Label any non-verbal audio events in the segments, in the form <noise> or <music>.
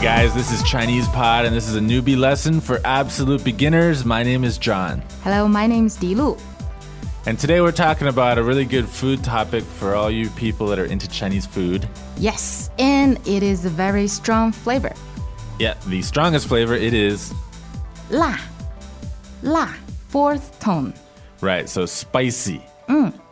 guys. This is Chinese Pod, and this is a newbie lesson for absolute beginners. My name is John, Hello, my name's Di Lu. and today we're talking about a really good food topic for all you people that are into Chinese food. Yes, and it is a very strong flavor. Yeah, the strongest flavor it is. La. La. Fourth tone. Right, so spicy.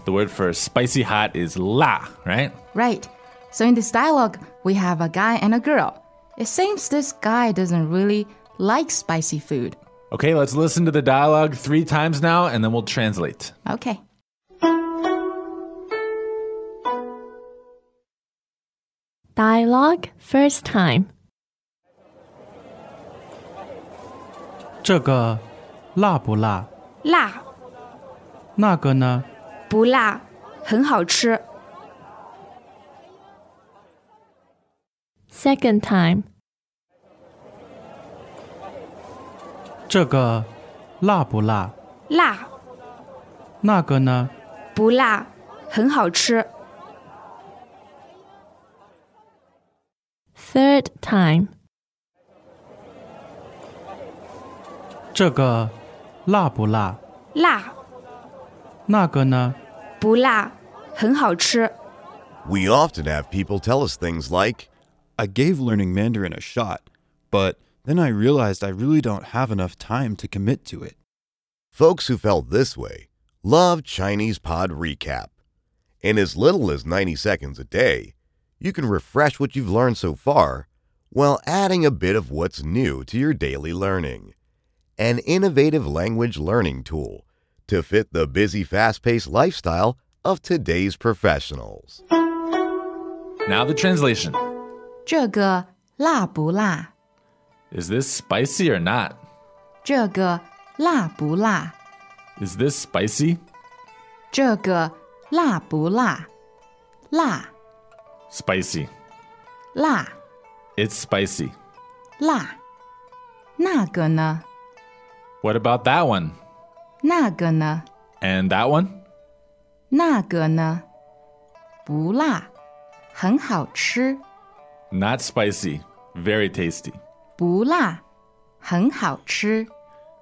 The word for spicy hot is la, right? Right. So in this dialogue, we have a guy and a girl. It seems this guy doesn't really like spicy food. Okay, let's listen to the dialogue three times now, and then we'll translate. Okay. 大 Dialogue first time，这个辣不辣？辣那个呢？不辣？很好吃。 second time，这个辣不辣？辣那个呢？不辣？很好吃。 third time，这个辣不辣？辣那个呢？不辣？很好吃。 We often have people tell us things like, I gave learning Mandarin a shot, but then I realized I really don't have enough time to commit to it. folks who felt this way love Chinese Pod Recap. In as little as 90 seconds a day, you can refresh what you've learned so far while adding a bit of what's new to your daily learning. An innovative language learning tool to fit the busy, fast paced lifestyle of today's professionals. Now, the translation 这个辣不辣？ Is this spicy or not? 这个辣不辣？ Is this spicy? 这个辣不辣？辣 Spicy. 辣 It's spicy. 辣。那个呢？ What about that one? 那个呢？ And that one? 那个呢？不辣，很好吃。 Not spicy. Very tasty. 不辣，很好吃。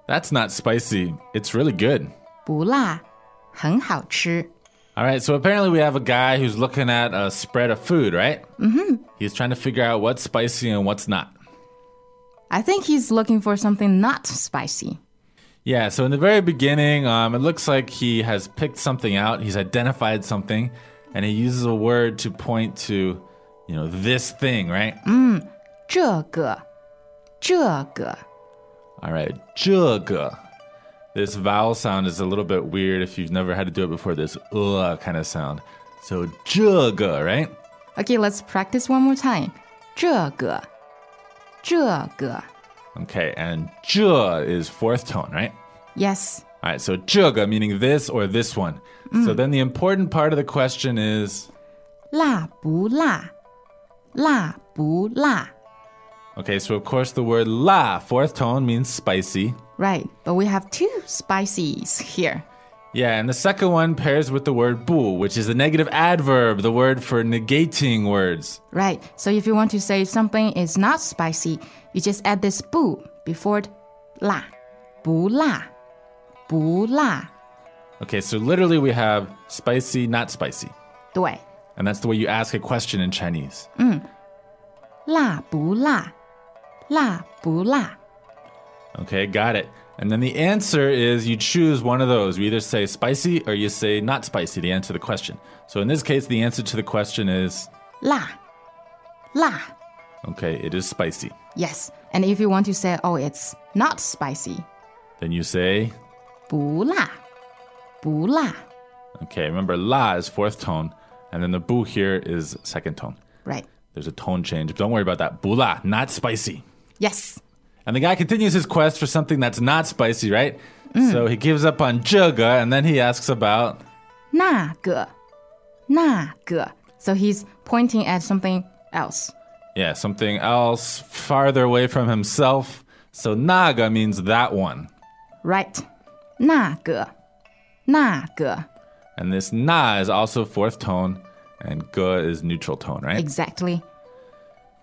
That's not spicy. It's really good. 不辣，很好吃。 All right, so apparently we have a guy who's looking at a spread of food, right? Mm-hmm. He's trying to figure out what's spicy and what's not. I think he's looking for something not spicy. Yeah, so in the very beginning, um, it looks like he has picked something out. He's identified something, and he uses a word to point to, you know, this thing, right? 这个，这个， All right, 这个. This vowel sound is a little bit weird if you've never had to do it before. This uh kind of sound. So 这个, right? Okay, let's practice one more time. 这个，这个。 Okay, and 这 is fourth tone, right? Yes, All right, so 这个 meaning this or this one. So then the important part of the question is 辣不辣？辣不辣 okay, so of course the word la, fourth tone, means spicy. ？Right, but we have two spices here. Yeah, and the second one pairs with the word bu, which is the negative adverb, the word for negating words. Right, so if you want to say something is not spicy, you just add this 不 before it, 辣，不辣，不辣。 Okay, so literally we have spicy, not spicy. 对， And that's the way you ask a question in Chinese. 辣不辣？辣不辣？ Okay, got it. And then the answer is you choose one of those. You either say spicy or you say not spicy to answer the question. So in this case, the answer to the question is 辣，辣。 okay, it is spicy. Yes, and if you want to say, oh, it's not spicy, Then you say, 不辣，不辣。 okay, remember la is fourth tone, and then the bu here is second tone. Right. There's a tone change. Don't worry about that. Bula, not spicy. Yes. And the guy continues his quest for something that's not spicy, right? So he gives up on Juga and then he asks about 那个，那个。So he's pointing at something else. yeah, something else farther away from himself. So naga means that one. Right. 那个，那个。 And this na is also fourth tone and ga is neutral tone, right? Exactly.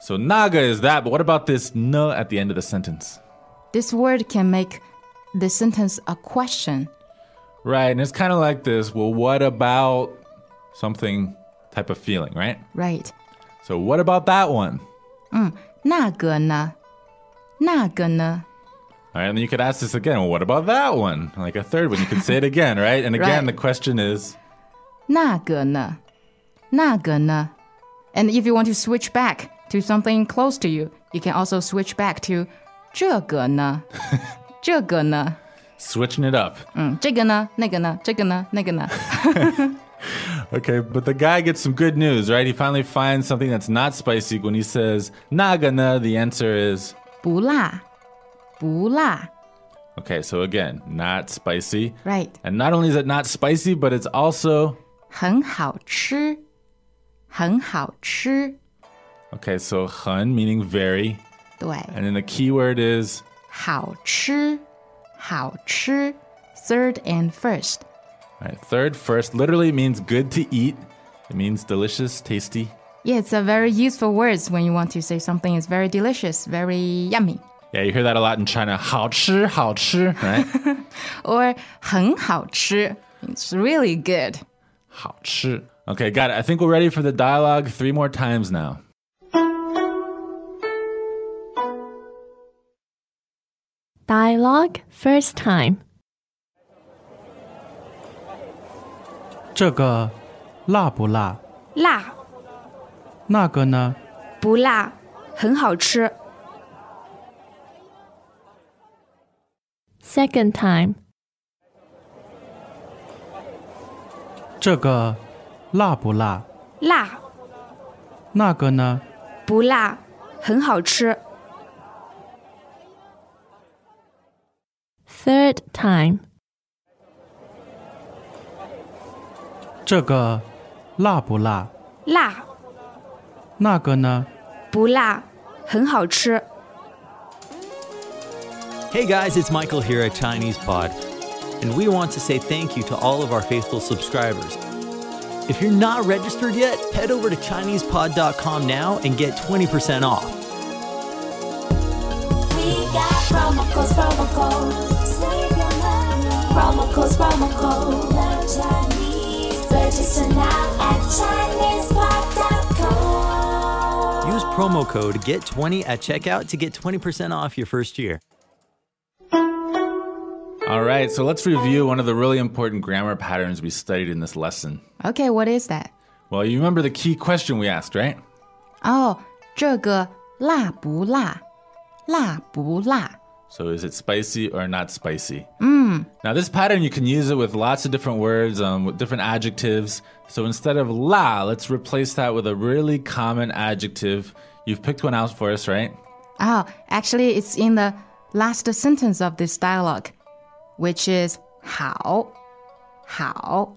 So naga is that, but what about this na at the end of the sentence? This word can make the sentence a question. Right, and it's kind of like this, well, what about something type of feeling, right? Right. So what about that one? 那个呢？那个呢？ All right, and then you could ask this again, well, what about that one? Like a third one, you could say it again, right? And again, Right. the question is, 那个呢？那个呢？And if you want to switch back to something close to you, you can also switch back to 这个呢？这个呢？ switching it up. 嗯，这个呢？那个呢？这个呢？那个呢？ Okay, but the guy gets some good news, right? He finally finds something that's not spicy when he says nagana. The answer is 不辣，不辣。 okay. So again, not spicy. Right. And not only is it not spicy, but it's also 很好吃，很好吃。 okay. So hun meaning very, 对， and then the key word is 好吃，好吃。Third and first. all right, third first. Literally means good to eat. It means delicious, tasty. Yeah, it's a very useful words when you want to say something is very delicious, very yummy, Yeah, you hear that a lot in China. 好吃,好吃, right? or 很好吃. It's really good. 好吃. Okay, got it. I think we're ready for the dialogue three more times now. 1. Dialogue first time. 这个辣不辣？辣那个呢？不辣，很好吃。 Second time. 这个辣不辣？辣那个呢？不辣，很好吃。 Third time. 这个辣不辣？辣那个呢？不辣，很好吃。 Hey guys, it's Michael here at Chinese Pod, and we want to say thank you to all of our faithful subscribers. If you're not registered yet, head over to ChinesePod.com now and get 20% off. We got promo codes, promo codes. Save your money. Promo codes, promo codes. Learn Chinese. Register now at ChinesePod.com. Use promo code GET20 at checkout to get 20% off your first year. All right, so let's review one of the really important grammar patterns we studied in this lesson. Okay, what is that? Well, you remember the key question we asked, right? Oh, 这个辣不辣？辣不辣？ So is it spicy or not spicy? Now, this pattern, you can use it with lots of different words, um, with different adjectives. So instead of la, let's replace that with a really common adjective. You've picked one out for us, right? Oh, actually, it's in the last sentence of this dialogue, which is 好，好，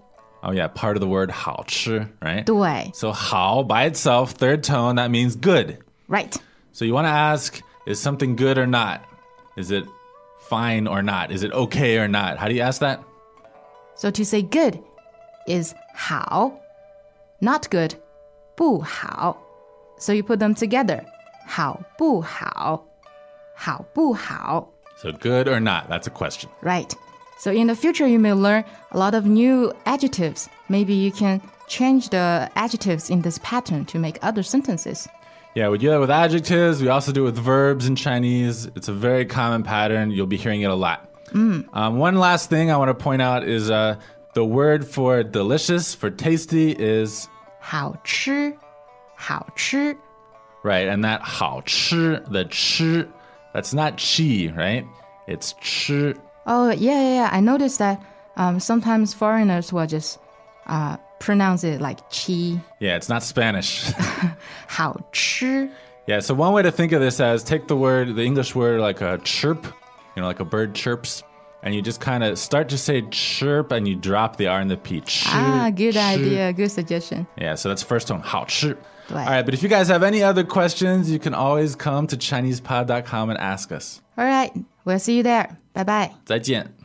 Oh, yeah, part of the word 好吃, right? 对 So 好 by itself, third tone, that means good. ，right， So you want to ask, is something good or not? Is it fine or not? Is it okay or not? How do you ask that? So to say good is 好, not good 不好. So you put them together. 好不好?好不好? So good or not? That's a question. Right. So in the future you may learn a lot of new adjectives. Maybe you can change the adjectives in this pattern to make other sentences. Yeah, we do that with adjectives. We also do it with verbs in Chinese. It's a very common pattern. You'll be hearing it a lot. Um, one last thing I want to point out is uh, the word for delicious, for tasty, is 好吃,好吃. right, and that 好吃, the 吃, that's not chi, right? It's 吃. Oh yeah, yeah, yeah. I noticed that um, sometimes foreigners will just uh, pronounce it like chi, Yeah, it's not Spanish. <laughs> 好吃. Yeah, so one way to think of this as take the word, the English word like a chirp, you know, like a bird chirps, and you just kind of start to say chirp and you drop the R and the P. Chirp, Ah, good chirp. idea, good suggestion. Yeah, so that's first tone. How chirp. Right. All right, but if you guys have any other questions, you can always come to ChinesePod.com and ask us. All right, we'll see you there. Bye bye. 再见.